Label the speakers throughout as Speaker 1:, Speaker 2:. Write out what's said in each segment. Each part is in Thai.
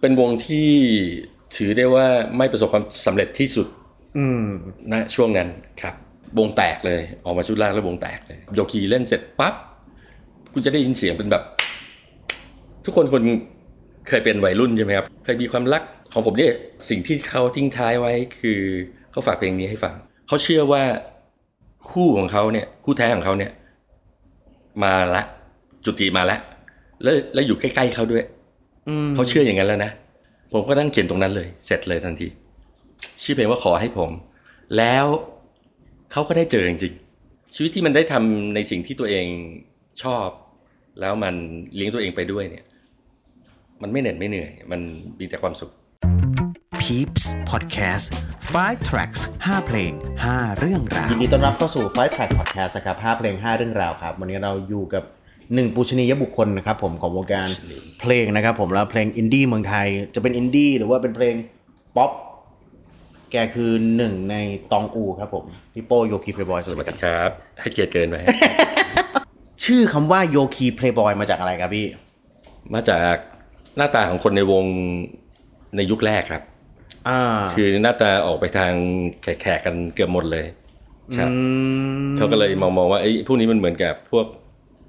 Speaker 1: เป็นวงที่ถือได้ว่าไม่ประสบความสำเร็จที่สุด
Speaker 2: อืม
Speaker 1: ณช่วงนั้นครับ วงแตกเลยออกมาชุดแรกแล้ววงแตกเลยโยคีเล่นเสร็จปั๊บคุณจะได้ยินเสียงเป็นแบบ ทุกคนคนเคยเป็นวัยรุ่นใช่ไหมครับ เคยมีความรักของผมเนี่ยสิ่งที่เขาทิ้งท้ายไว้คือเขาฝากเพลงนี้ให้ฟังเขาเชื่อว่าคู่ของเขาเนี่ย คู่แท้ของเขาเนี่ย มาละจุติมาละแล้วแล้วอยู่ใกล้ๆเขาด้วย
Speaker 2: อืม
Speaker 1: เขาเชื่ออย่างนั้นแล้วนะ ผมก็นั่งเขียนตรงนั้นเลย เสร็จเลยทันที ชื่อเพลงว่าขอให้ผม แล้วเขาก็ได้เจอจริงๆชีวิตที่มันได้ทำในสิ่งที่ตัวเองชอบ แล้วมันเลี้ยงตัวเองไปด้วยเนี่ย มันไม่เหน็ดไม่เหนื่อย มันมีแต่ความสุข
Speaker 3: Peeps Podcast 5 tracks 5 เพลง 5 เรื่องรา
Speaker 4: ยิ
Speaker 3: ว
Speaker 4: นดีต้อนรับเข้าสู่ Fight Track Podcast นะครับ5เพลง 5 เรื่องราวครับ วันนี้เราอยู่กับหนึ่งปูชนียบุคคลนะครับผมของวงการเพลงนะครับผมแล้วเพลงอินดี้เมืองไทยจะเป็นอินดี้หรือว่าเป็นเพลงป๊อป แกคือหนึ่งในตองอูครับผมพี่โป้โยคีเพลย์บอย
Speaker 1: สวัสดีครับ ให้เกียรติเกินไป
Speaker 4: ชื่อคำว่าโยคีเพลย์บอยมาจากอะไรครับพี่
Speaker 1: มาจากหน้าตาของคนในวงในยุคแรกครับ
Speaker 4: อ่า
Speaker 1: คือหน้าตาออกไปทางแขกๆกันเกือบหมดเลยครับ
Speaker 4: อืม
Speaker 1: เขาก็เลยมองมองว่าไอ้ยพวกนี้มันเหมือนกับพวก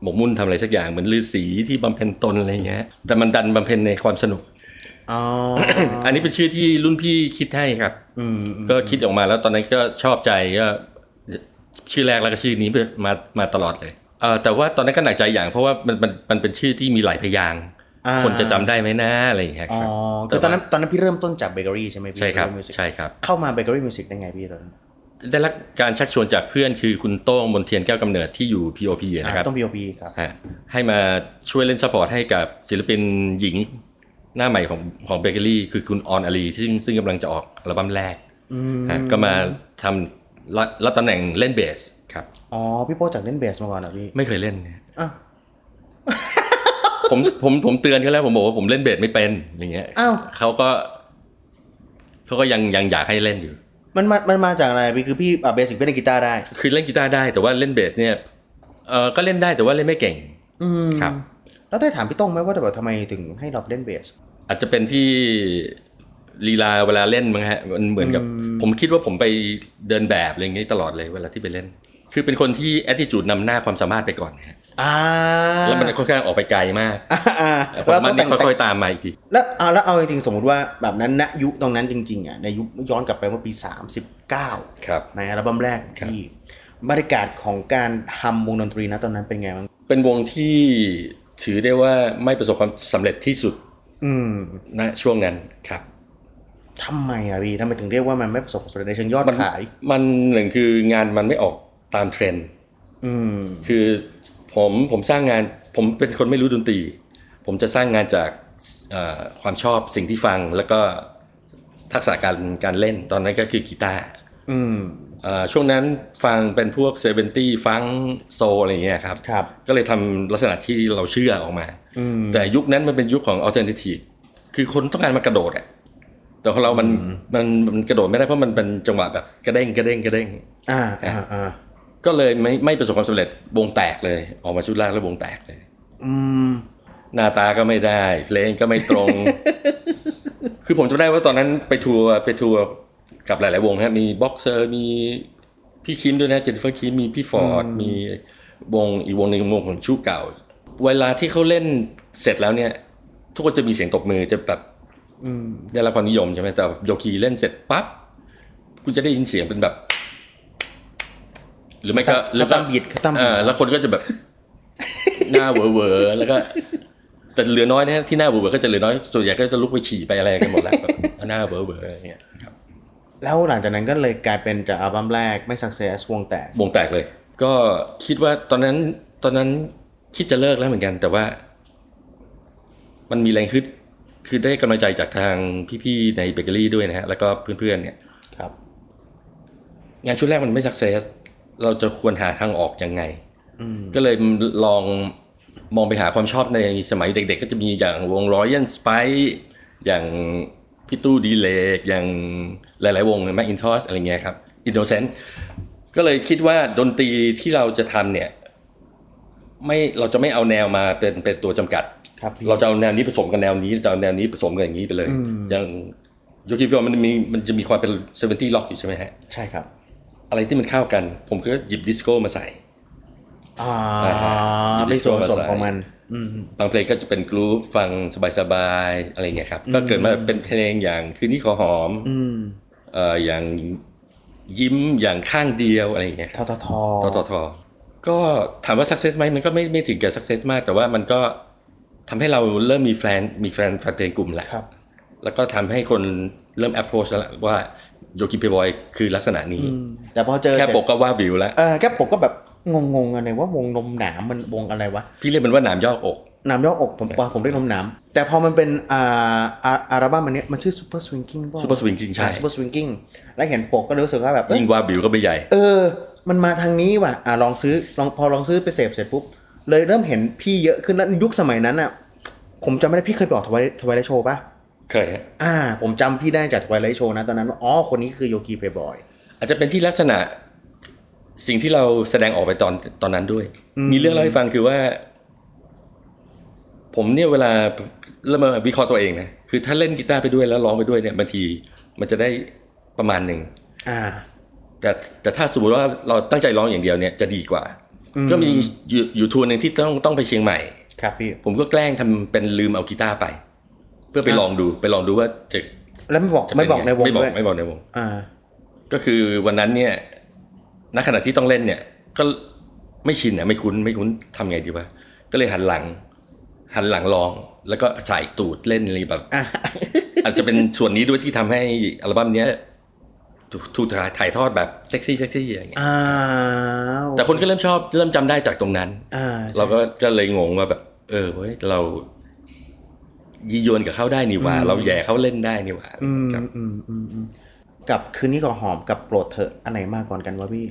Speaker 1: หมกมุ่นทำอะไรสักอย่างเหมือนฤาษีที่บำเพ็ญตนอะไรเงี้ย แต่มันดันบำเพ็ญในความสนุก
Speaker 4: อ๋อ
Speaker 1: อันนี้เป็นชื่อที่รุ่นพี่คิดให้ครับ
Speaker 4: อืม
Speaker 1: ก็คิดออกมาแล้วตอนนั้นก็ชอบใจก็ชื่อแรกแล้วก็ชื่อนี้มามาตลอดเลยเออแต่ว่าตอนนั้นก็หนักใจอย่างเพราะว่ามันมันมันเป็นชื่อที่มีหลายพยางค์
Speaker 4: อ่า
Speaker 1: คนจะจำได้ไหมนะอะไรอย่างเงี้ยค
Speaker 4: อ๋อ
Speaker 1: รับ
Speaker 4: คือตอนนั้นตอนนั้นพี่เริ่มต้นจากเบเกอรี่ใช่ไหมพี่
Speaker 1: ใช่ครับ
Speaker 4: Bakery Music
Speaker 1: ใช่ครับ
Speaker 4: เข้ามาเบเกอรี่มิวสิกได้ไงพี่ตอนนั้น
Speaker 1: ได้รับการชักชวนจากเพื่อนคือคุณโต้งมนเทียนแก้วกำเนิดที่อยู่ POP นะครับ
Speaker 4: ต้อง POP ครับ
Speaker 1: ฮะให้มาช่วยเล่นซัพพอร์ตให้กับศิลปินหญิงหน้าใหม่ของของเบเกอรี่คือคุณออนอารีซึ่งซึ่งกำลังจะออกอัลบั้มแรกฮะก็มาทำรับรับตำแหน่งเล่นเบสครับ
Speaker 4: อ๋อ พี่โป้จากเล่นเบสมาก่อนเหรอพี่
Speaker 1: ไม่เคยเล่นเนี่ย
Speaker 4: อ้าว
Speaker 1: ผมผมผมเตือนเขาแล้วผมบอกว่าผมเล่นเบสไม่เป็นอย่างเงี้ย
Speaker 4: อ้าว
Speaker 1: เขาก็เขาก็ยังยังอยากให้เล่นอยู่
Speaker 4: มันมามันมาจากอะไรพี่คือพี่เบสิกพี่เล่นกีตาร์ได้
Speaker 1: คือเล่นกีตาร์ได้แต่ว่าเล่นเบสเนี่ยเออก็เล่นได้แต่ว่าเล่นไม่เก่ง
Speaker 4: อืม
Speaker 1: ครับ
Speaker 4: แล้วได้ถามพี่โต้งไหมว่าแบบทำไมถึงให้เราเล่นเบส
Speaker 1: อาจจะเป็นที่ลีลาเวลาเล่นมั้งฮะมันเหมือนกับ ผมคิดว่าผมไปเดินแบบอะไรอย่างงี้ตลอดเลยเวลาที่ไปเล่น คือเป็นคนที่ a อ t i t u d e นำหน้าความสามารถไปก่อนฮะ
Speaker 4: อ่า
Speaker 1: แล้วมันค่อนข้างออกไปไกลมาก
Speaker 4: อ่า
Speaker 1: ควา
Speaker 4: เรา
Speaker 1: มสามารถ
Speaker 4: ต้อ
Speaker 1: นี่
Speaker 4: งแต่ง
Speaker 1: ค่อยๆตามมาอีกที
Speaker 4: แล้วเอาแล้วเอาจริงๆสมมติว่าแบบนั้นณยุคตรงนั้นจริงๆอ่ะในยุคย้อนกลับไปเมื่อปี 39
Speaker 1: ครับ
Speaker 4: ในอัลบั้มแรก
Speaker 1: ครับ
Speaker 4: ที่บรรยากาศของการทำวงดนตรีนะตอนนั้นเป็นไงบ้าง
Speaker 1: เป็นวงที่ถือได้ว่าไม่ประสบความสำเร็จที่สุด
Speaker 4: อืม
Speaker 1: ณช่วงนั้นครับ
Speaker 4: ทำไมอ่ะพี่ทำไมถึงเรียกว่ามันไม่ประสบความสำเร็จในเชิงยอด
Speaker 1: มัน
Speaker 4: ขาย
Speaker 1: มันหนึ่งคืองานมันไม่ออกตามเทรนด์
Speaker 4: อืม
Speaker 1: คือผมผมสร้างงานผมเป็นคนไม่รู้ดนตรี ผมจะสร้างงานจากเอ่อความชอบสิ่งที่ฟังแล้วก็ทักษะการการเล่นตอนนั้นก็คือกีตาร์
Speaker 4: อืม
Speaker 1: เอ่อช่วงนั้นฟังเป็นพวกเซเวนตี้ฟังโซอะไรอย่างเงี้ยครับ
Speaker 4: ครับ
Speaker 1: ก็เลยทำลักษณะที่เราเชื่อออกมา
Speaker 4: อืม
Speaker 1: แต่ยุคนั้นมันเป็นยุคของอัลเทอร์เนทีฟคือคนต้องการมากระโดดอะแต่ของเรามันมันมันกระโดดไม่ได้เพราะมันเป็นจังหวะแบบกระเด้งกระเด้งกระเด้ง
Speaker 4: อ่าอ่าอ่า
Speaker 1: ก็เลยไม่ไม่ประสบความสำเร็จวงแตกเลย ออกมาชุดแรกแล้ววงแตกเลย
Speaker 4: อืม
Speaker 1: หน้าตาก็ไม่ได้เพลงก็ไม่ตรง คือผมจำได้ว่าตอนนั้นไปทัวร์ไปทัวร์กับหลาย ๆ วงครับมีบ็อกเซอร์มีพี่คิมด้วยนะเจนนิเฟอร์คิมมีพี่ฟอร์ดมีวงอีกวงหนึ่งวงของชู่เก่า เวลาที่เขาเล่นเสร็จแล้วเนี่ย ทุกคนจะมีเสียงตบมือจะแบบ
Speaker 4: อืม
Speaker 1: ได้รับความนิยมใช่ไหมแต่โยคีเล่นเสร็จปั๊บคุณจะได้ยินเสียงเป็นแบบ หรือไม่ก็
Speaker 4: เขาตาม
Speaker 1: หรือก็
Speaker 4: เขาตามบีทเขาตามบีท
Speaker 1: เออแล้วคนก็จะแบบ หน้าเหวอเหวอแล้วก็ แต่เหลือน้อยนะฮะที่หน้าเบื่อๆก็จะเหลือน้อยส่วนใหญ่ก็จะลุกไปฉี่ไปอะไรกันหมดแล้วแบบ หน้าเบื่อเบื่ออะไรเงี้ยครับ
Speaker 4: แล้วหลังจากนั้นก็เลยกลายเป็นจากอัลบั้มแรกไม่สักเซสวงแตก
Speaker 1: วงแตกเลย ก็คิดว่าตอนนั้นตอนนั้นคิดจะเลิกแล้วเหมือนกัน แต่ว่า มันมีแรงขึ้นคือได้กำลังใจจากทางพี่ๆในเบเกอรี่ด้วยนะฮะ แล้วก็เพื่อนๆเนี่ย
Speaker 4: ครับ
Speaker 1: งานชุดแรกมันไม่สักเซสเราจะควรหาทางออกยังไง ก็เลยลองมองไปหาความชอบในสมัยเด็ก ๆ ก็จะมีอย่างวงร้อยยันสไปอย่างพี่ตู้ดีเลกอย่างหลาย ๆ วงแม i n t o s h อะไรเงี้ยครับอินโดเซนก็เลยคิดว่าดนตรีที่เราจะทำเนี่ย ไม่เราจะไม่เอาแนวมาเป็นเป็นตัวจำกัด
Speaker 4: ครับพี่
Speaker 1: เราจะเอาแนวนี้ผสมกับแนวนี้จะเอาแนวนี้ผสมกับอย่างนี้ไปเลย
Speaker 4: อืม
Speaker 1: อย่างยกคิดว่ามันมีมันจะมีความเป็นเซเวนตี้ล็อกอยู่ใช่ไหมฮะ
Speaker 4: ใช่ครับ
Speaker 1: อะไรที่มันเข้ากัน ผมก็หยิบดิสโก้มาใส่
Speaker 4: อ่า
Speaker 1: อยู่ใน
Speaker 4: เป็นส่วนผสม
Speaker 1: ส่วนผสม
Speaker 4: ของมัน อืมอืม
Speaker 1: บางเพลงก็จะเป็นกรูฟฟังสบายๆอะไรเงี้ยครับ ก็เกิดมาเป็นเพลงอย่างคืนนี้ขอหอม
Speaker 4: อืม
Speaker 1: เอ่ออย่างยิ้มอย่างข้างเดียวอะไรอย่างเงี้ย
Speaker 4: ท
Speaker 1: ครับ
Speaker 4: ทท
Speaker 1: ตอตอทอก็ถามว่า success ไหมมันก็ไม่ไม่ถึงกับ success มาก แต่ว่ามันก็ทำให้เราเริ่มมีแฟนมีแฟนแฟนเพลงกลุ่มแหละ
Speaker 4: ครับ
Speaker 1: แล้วก็ทำให้คนเริ่ม approach แล้วล่ะว่าโยกิเพย์บอยคือลักษณะนี้
Speaker 4: แต่พอเจอ
Speaker 1: แค่
Speaker 4: เสร็จ
Speaker 1: ปกก็ว่าวิวแล้ว
Speaker 4: เออแค่ปกก็แบบงงๆอะไรว่าวงนมหนามมันวงอะไรวะ
Speaker 1: พี่เรียกมันว่าหนามยอกอก
Speaker 4: หนามย่ออกผมว่าผมเรียกนมหนามแต่พอมันเป็นอ่าอ่าอัลบั้มอันเนี้ยมันชื่อ Super Swinging ป่ะ
Speaker 1: Super Swinging ใช่
Speaker 4: Super Swinging แล้วเห็นปกก็รู้สึกว่าแบบเอ้ย
Speaker 1: ยิ่งว่าวิวก็ไปใหญ่
Speaker 4: เออ มันมาทางนี้ว่ะ อ่ะลองซื้อ ลองพอลองซื้อไปเสพเสร็จปุ๊บ เลยเริ่มเห็นพี่เยอะขึ้นแล้วยุคสมัยนั้นอ่ะ ผมจำไม่ได้พี่เคยไปออกทวายทวายไลท์โชว์ปะ
Speaker 1: เคยฮะ
Speaker 4: อ่า ผมจำพี่ได้จากทวายไลท์โชว์นะตอนนั้นว่าอ๋อ คนนี้คือโยกีเพย์บอย
Speaker 1: อาจจะเป็นที่ลักษณะสิ่งที่เราแสดงออกไปตอนตอนนั้นด้วย มีเรื่องเล่าให้ฟังคือว่า ผมเนี่ยเวลาเริ่มมาวิเคราะห์ตัวเองนะคือถ้าเล่นกีตาร์ไปด้วยแล้วร้องไปด้วยเนี่ยบางทีมันจะได้ประมาณหนึ่ง
Speaker 4: อ่า
Speaker 1: แต่แต่ถ้าสมมติว่าเราตั้งใจร้องอย่างเดียวเนี่ยจะดีกว่า ก็มีอยู่อยู่ทัวร์หนึ่งที่ต้องต้องไปเชียงใหม่
Speaker 4: ครับพี่
Speaker 1: ผมก็แกล้งทำเป็นลืมเอากีตาร์ไป เพื่อไป
Speaker 4: อ่ะ
Speaker 1: ลองดูไปลองดูว่าจะ
Speaker 4: แล้วไม่บอก
Speaker 1: จะเป็
Speaker 4: ไม่บอก
Speaker 1: ยั
Speaker 4: ในวง
Speaker 1: ไม่บอก
Speaker 4: ด้วย
Speaker 1: ไม่บอกในวง
Speaker 4: อ่า
Speaker 1: ก็คือวันนั้นเนี่ยณขณะที่ต้องเล่นเนี่ย ก็ไม่ชินอ่ะไม่คุ้นไม่คุ้นทำไงดีวะก็เลยหันหลัง หันหลังลอง แล้วก็ใส่ตูดเล่นอะไรแบบ
Speaker 4: อ่า
Speaker 1: อาจจะเป็นส่วนนี้ด้วยที่ทำให้อัลบั้มเนี้ยถูกถูกถ่ายทอดแบบเซ็กซี่เซ็กซี่อะไรอย่างเงี้ย
Speaker 4: อ้าว
Speaker 1: แต่คนก็เริ่มชอบเริ่มจำได้จากตรงนั้น
Speaker 4: อ่า
Speaker 1: เราก็ก็เลยงงว่าแบบ เออเว้ยเรายียวนกับเขาได้นี่หว่า เราแย่เขาเล่นได้นี่หว่า
Speaker 4: อืม
Speaker 1: ครับ
Speaker 4: อืมอืมอืมกับคืนนี้ก็หอมกับโปรดเถอะอันไหนมาก่อนกันวะพี่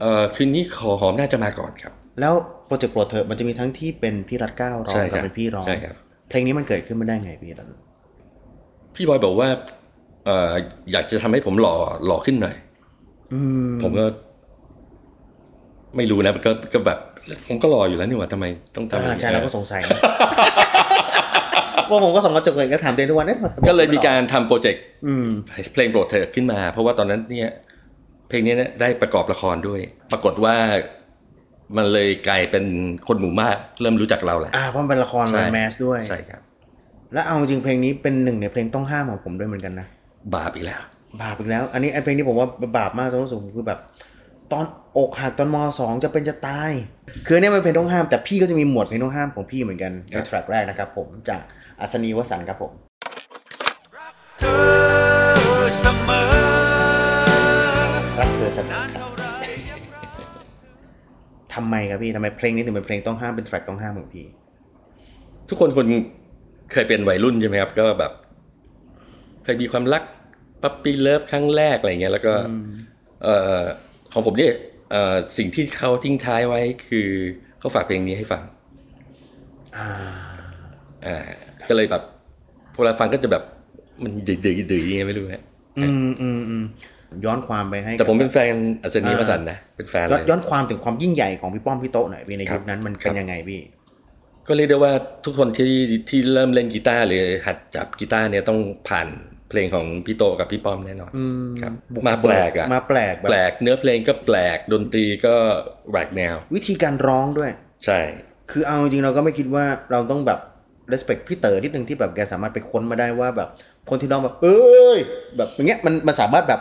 Speaker 1: เออคืนนี้ขอหอมน่าจะมาก่อนครับ
Speaker 4: แล้วโปรเจกต์โปรดเถอะมันจะมีทั้งที่เป็นพี่รัดเกล้าร้อง
Speaker 1: ใช่ค
Speaker 4: กั
Speaker 1: รั
Speaker 4: บบ เป็นพี่ร้อง
Speaker 1: ใช่ครับ
Speaker 4: เพลงนี้มันเกิดขึ้นมาได้ไงพี่ตอนนั้น
Speaker 1: พี่บอยบอกว่าเอออยากจะทำให้ผมหล่อหล่อขึ้นหน่อย
Speaker 4: อืม
Speaker 1: ผมก็ ไม่รู้นะก็ก็แบบ ผมก็หล่ออยู่แล้วนี่หว่าทำไมต้องทำอย่า
Speaker 4: อ่าง
Speaker 1: นี้
Speaker 4: ใช่เราก็สงสัยนะว่าผมก็ส่องกระจกเลยก็ถามเต้นทุกวันเอ๊ะมัน
Speaker 1: ก็เลยมีการทำโปรเจกต์
Speaker 4: อืม
Speaker 1: เพลงโปรดเธอขึ้นมา เพราะว่าตอนนั้นเนี่ย เพลงนี้เนี่ยได้ประกอบละครด้วย ปรากฏว่ามันเลยกลายเป็นคนหมู่มาก เริ่มรู้จักเราแหละ
Speaker 4: อ่าเพราะมันเป็นละคร
Speaker 1: ใช่
Speaker 4: มันแมสด้วย
Speaker 1: ใช่ครับ
Speaker 4: แล้วเอาจริงเพลงนี้เป็นหนึ่งในเพลงต้องห้ามของผมด้วยเหมือนกันนะ
Speaker 1: บาปอีกแล้ว
Speaker 4: บาปอีกแล้ว อันนี้ไอ้เพลงที่ผมว่าบาปมากสำหรับผมคือแบบ ตอนอกหักตอนมสองจะเป็นจะตาย คือเนี่ยมันเป็นเพลงต้องห้ามแต่พี่ก็จะมีหมวดเพลงต้องห้ามของพี่เหมือนกันใน
Speaker 1: ครับ
Speaker 4: แทร็กแรกนะครับผมจากอัศนีวสันต์ครับผม
Speaker 2: เธอเสมอ
Speaker 4: รักเธอเสมอ
Speaker 2: นานเท่าไรยังรัก
Speaker 4: ทำไมครับพี่ทำไมเพลงนี้ถึงเป็นเพลงต้องห้ามเป็นแทร็กต้องห้ามของพี่
Speaker 1: ทุกคนคนเคยเป็นวัยรุ่นใช่ไหมครับ ก็แบบ เคยมีความรักปั๊ปปี้เลิฟครั้งแรกอะไรเงี้ย แล้วก็เออของผมเนี่ยเอ่อสิ่งที่เขาทิ้งท้ายไว้คือเขาฝากเพลงนี้ให้ฟัง
Speaker 4: อ่า
Speaker 1: อ่าก็เลยแบบพอเราฟังก็จะแบบมันดื้อดื้อดื้อยังไงไม่รู้นะ
Speaker 4: อืมอืมอืมย้อนความไปให้
Speaker 1: แต่ผมเป็นแฟนอัศนีวสันต์นะเป็นแฟน
Speaker 4: ย้
Speaker 1: เล
Speaker 4: อน
Speaker 1: ย
Speaker 4: ย้อนความถึงความยิ่งใหญ่ของพี่ป้อมพี่โตะหน่อยพี่ใน
Speaker 1: ครับ
Speaker 4: ยุคนั้นมัน
Speaker 1: ครั
Speaker 4: เป็น
Speaker 1: บ
Speaker 4: ยังไงพี่
Speaker 1: ก็เรียกได้ว่าทุกคนที่ที่เริ่มเล่นกีตาร์หรือหัดจับกีตาร์เนี่ยต้องผ่านเพลงของพี่โตกับพี่ป้อมแน่นอน
Speaker 4: อืม
Speaker 1: ครับ
Speaker 4: บุ
Speaker 1: มาแปลกอ่ะ
Speaker 4: มาแปลกบบ
Speaker 1: แปลกเนื้อเพลงก็แปลกดนตรีก็แหวกแนว
Speaker 4: วิธีการร้องด้วย
Speaker 1: ใช่
Speaker 4: คือเอาจริงๆเราก็ไม่คิดว่าเราต้องแบบ respect พี่เต๋อนิดนึงที่แบบแกสามารถไปค้นมาได้ว่าแบบคนที่ร้องแบบเอ้ยแบบอย่างเงี้ยมันมันสามารถแบบ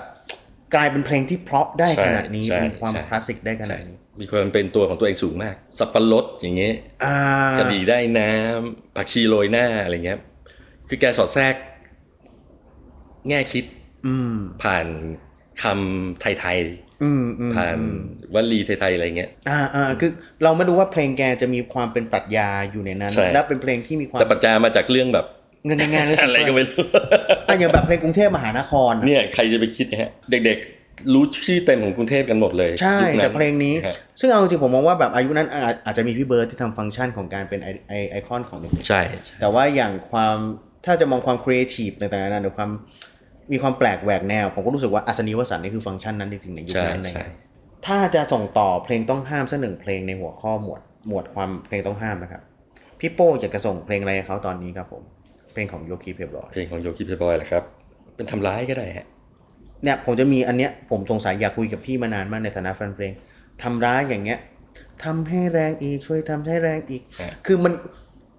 Speaker 4: กลายเป็นเพลงที่เพราะได้ขนาดนี้
Speaker 1: ใช่
Speaker 4: มีความ
Speaker 1: ใช่
Speaker 4: คลาสสิกได้ขนา
Speaker 1: ใช่
Speaker 4: ดนี้
Speaker 1: มีความเป็นตัวของตัวเองสูงมาก สับปะรดอย่างเงี้ย
Speaker 4: อ่าก
Speaker 1: ระดีได้น้ำผักชีโรยหน้าอะไรเงี้ยคือแกสอดแทรก แง่คิด
Speaker 4: อืม
Speaker 1: ผ่านคำไทย
Speaker 4: อืมอืม
Speaker 1: ๆผ่านวลีไทยๆอะไรเงี้ย
Speaker 4: อ่าอ่าคือเราไม่รู้ว่าเพลงแกจะมีความเป็นปรัชญาอยู่ในนั้น
Speaker 1: ใช่
Speaker 4: และเป็นเพลงที่มีความ
Speaker 1: แต่ปัจจามาจากเรื่องแบบ
Speaker 4: เงินในงานเลย
Speaker 1: อะไรก็ไม่รู้
Speaker 4: อ่ะอย่างแบบเพลงกรุงเทพมหานครอ่ะ
Speaker 1: เนี่ยใครจะไปคิดนะฮะ เด็กๆ รู้ชื่อเต็มของกรุงเทพกันหมดเลย
Speaker 4: ใช่
Speaker 1: ยุคนั้น
Speaker 4: จากเพลงนี้
Speaker 1: ฮะ
Speaker 4: ซึ่งเอาจริงๆผมมองว่าแบบอายุนั้นอาจอาจจะมีพี่เบิร์ดที่ทำฟังก์ชันของการเป็นไอไอไอคอนของเด็ก
Speaker 1: ใช่ใช่
Speaker 4: ๆแต่ว่าอย่างความถ้าจะมองความครีเอทีฟในแต่ละนั้นหรือความมีความแปลกแหวกแนว ผมก็รู้สึกว่าอัศนีวสันต์นี่คือฟังก์ชันนั้นจริงๆในยุค
Speaker 1: ใช่
Speaker 4: นั้นเลย
Speaker 1: ใช่
Speaker 4: ถ้าจะส่งต่อเพลงต้องห้ามสักหนึ่งเพลงในหัวข้อหมวดหมวดความเพลงต้องห้ามนะครับ พี่โป้อยากจะส่งเพลงอะไรให้เขาตอนนี้ครับผม เพลงของโยคีเพลบอย
Speaker 1: เพลงของโยคีเพย์บอยแหละครับ เป็นทำร้ายก็ได้ฮะ
Speaker 4: เนี่ยผมจะมีอันเนี้ยผมสงสัยอยากคุยกับพี่มานานมากในฐานะแฟนเพลงทำร้ายอย่างเงี้ยทำให้แรงอีกช่วยทำให้แรงอีก
Speaker 1: ฮะ
Speaker 4: คือมัน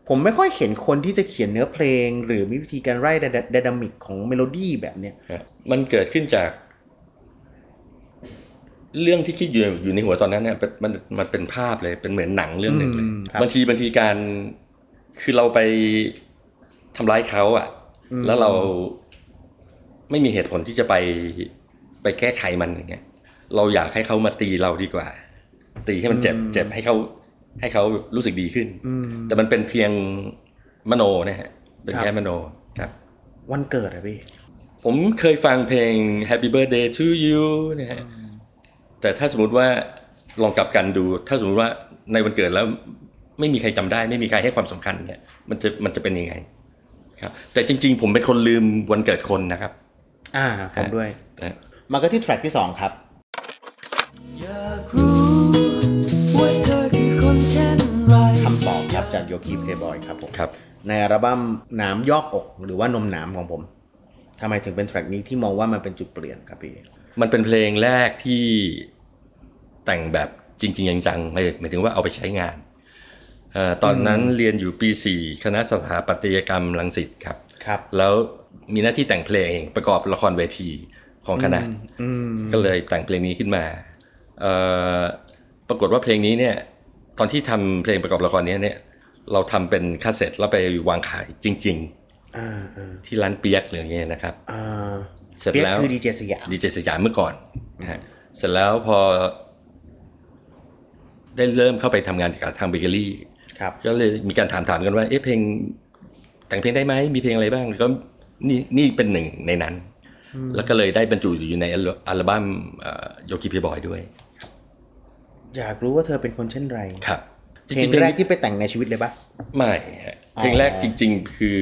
Speaker 4: ผมไม่ค่อยเห็นคนที่จะเขียนเนื้อเพลง หรือมีวิธีการไล่ไดนามิกของเมโลดี้แบบเนี้ย
Speaker 1: ฮะมันเกิดขึ้นจาก เรื่องที่คิดอยู่อยู่ในหัวตอนนั้นเนี่ยเป็นมันมันเป็นภาพเลยเป็นเหมือนหนังเรื่องหนึ่งเลย
Speaker 4: อืมครับ
Speaker 1: บางทีบางทีการคือเราไปทำร้ายเขาอะ
Speaker 4: อืม
Speaker 1: แล้วเราไม่มีเหตุผลที่จะไปไปแก้ไขมันอย่างเงี้ยเราอยากให้เขามาตีเราดีกว่า ตีให้มันเจ็บเจ็บให้เขาให้เขารู้สึกดีขึ้น
Speaker 4: อืม
Speaker 1: แต่มันเป็นเพียงมโนนะฮะเป็น
Speaker 4: ครั
Speaker 1: แค่
Speaker 4: บ
Speaker 1: มโนครับ
Speaker 4: วันเกิดอะพี่
Speaker 1: ผมเคยฟังเพลง Happy Birthday to you นะฮะ แต่ถ้าสมมติว่าลองกลับกันดู ถ้าสมมติว่าในวันเกิดแล้วไม่มีใครจำได้ ไม่มีใครให้ความสำคัญเนี่ย มันจะมันจะเป็นยังไง ครับ แต่จริง ๆ ผมเป็นคนลืมวันเกิดคนนะครับ
Speaker 4: อ่าผมด้วย
Speaker 1: นะฮะ
Speaker 4: มาก็ที่แทร็กที่สองครับ
Speaker 5: อยากรู้ว่าเธอคือคนเช่นไร
Speaker 4: คำตอบครับจากโยคีเพย์บอยครับผม
Speaker 1: ครับ
Speaker 4: ในอัลบั้มหน้ำยอกอกหรือว่านมหนามของผมทำไมถึงเป็นแทร็กนี้ที่มองว่ามันเป็นจุดเปลี่ยนครับพี่
Speaker 1: มันเป็นเพลงแรกที่แต่งแบบจริง ๆ จังๆหมายหมายถึงว่าเอาไปใช้งานเออตอนนั้นเรียนอยู่ปีสี่คณะสถาปัตยกรรมรังสิตครับ
Speaker 4: ครับ
Speaker 1: แล้วมีหน้าที่แต่งเพลงประกอบละครเวทีของคณะ
Speaker 4: อืม
Speaker 1: ก็เลยแต่งเพลงนี้ขึ้นมาเอ่อปรากฏว่าเพลงนี้เนี่ยตอนที่ทำเพลงประกอบละครเนี้ยเนี่ยเราทำเป็นคาสเซ็ตแล้วไปวางขายจริง
Speaker 4: อ่าอ่า
Speaker 1: ๆ ที่ร้านเปียกหรืออย่างเงี้ยนะครับ
Speaker 4: อ่า
Speaker 1: เสร็จ
Speaker 4: เปียก
Speaker 1: แล้ว
Speaker 4: คือดีเจสยาม
Speaker 1: ดีเจสยามเมื่อก่อนนะฮะเสร็จแล้วพอ ได้เริ่มเข้าไปทำงานกับทางเบเกอรี่
Speaker 4: ครับ
Speaker 1: ก็เลยมีการถามถามๆกันว่า เอ๊ะเพลง แต่งเพลงได้ไหมมีเพลงอะไรบ้าง ก็นี่นี่เป็นหนึ่งในนั้น แล้วก็เลยได้บรรจุอยู่ในอัลอัลบั้มโยกิพีบอยด้วย
Speaker 4: อยากรู้ว่าเธอเป็นคนเช่นไร
Speaker 1: ครับจ
Speaker 4: เพล
Speaker 1: ริ
Speaker 4: ง
Speaker 1: งๆเพลง
Speaker 4: แรกที่ไปแต่งในชีวิตเลยปะ
Speaker 1: ไม่ฮะเพลงแรกจริง ๆ คือ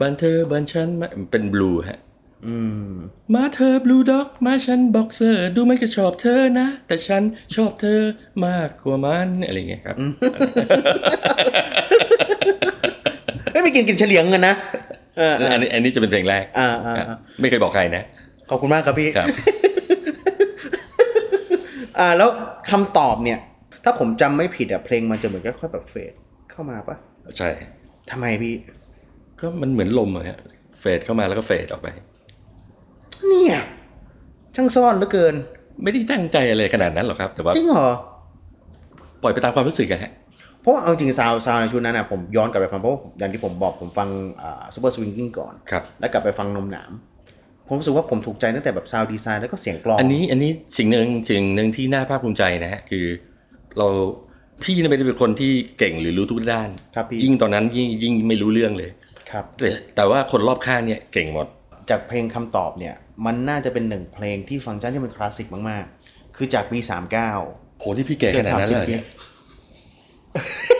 Speaker 1: บ้านเธอบ้านฉันมาเป็นบลูฮะ
Speaker 4: อืม
Speaker 1: มาเธอบลูด็อกมาฉันบ็อกเซอร์ดูมันก็ชอบเธอนะ แต่ฉันชอบเธอมากกว่ามันอะไรเงี้ยครับ
Speaker 4: ไม่ไปกินกินเฉลียงกันนะเออ
Speaker 1: อันนี้อันนี้จะเป็นเพลงแรก
Speaker 4: อ่าอ่า
Speaker 1: ครับ
Speaker 4: อ่า
Speaker 1: ไม่เคยบอกใครนะ
Speaker 4: ขอบคุณมากครับพี่
Speaker 1: ครับ
Speaker 4: อ่าแล้วคำตอบเนี่ย ถ้าผมจำไม่ผิดอะเพลงมันจะเหมือนค่อยๆแบบเฟดเข้ามาปะ
Speaker 1: ใช่
Speaker 4: ทำไมพี่
Speaker 1: ก็มันเหมือนลมอะฮะเฟดเข้ามาแล้วก็เฟดออกไป
Speaker 4: เนี่ยช่างซ่อนเหลือเกิน
Speaker 1: ไม่ได้ตั้งใจอะไรขนาดนั้นหรอกครับ แต่ว่า
Speaker 4: จริงเหรอ
Speaker 1: ปล่อยไปตามความรู้สึกอะฮะ
Speaker 4: เพราะว่าเอาจริงซาวซาวในชุดนั้นนะผมย้อนกลับไปฟังเพราะว่าอย่างที่ผมบอกผมฟังซูเปอร์สวิงกิ้งก่อน
Speaker 1: ครับ
Speaker 4: แล้วกลับไปฟังนมหนาม ผมรู้สึกว่าผมถูกใจตั้งแต่แบบซาวดีไซน์แล้วก็เสียงกลอง
Speaker 1: อันนี้อันนี้สิ่งหนึ่งสิ่งหนึ่งที่น่าภาคภูมิใจนะฮะคือเราพี่เนี่ยไม่ได้เป็นคนที่เก่งหรือรู้ทุกด้าน
Speaker 4: ครับพี่
Speaker 1: ยิ่งตอนนั้นยิ่งยิ่งไม่รู้เรื่องเลย
Speaker 4: ครับ
Speaker 1: แต่แต่ว่าคนรอบข้างเนี่ยเก่งหมด
Speaker 4: จากเพลงคำตอบเนี่ย มันน่าจะเป็นหนึ่งเพลงที่ฟังก์ชันที่มันคลาสสิกมากๆ คือจากปี 39เ
Speaker 1: โหที่พี่เก่ง
Speaker 4: กื
Speaker 1: ข
Speaker 4: อ
Speaker 1: นาด
Speaker 4: บสาม
Speaker 1: นั้น
Speaker 4: สิ
Speaker 1: เล
Speaker 4: บ
Speaker 1: ย
Speaker 4: ปี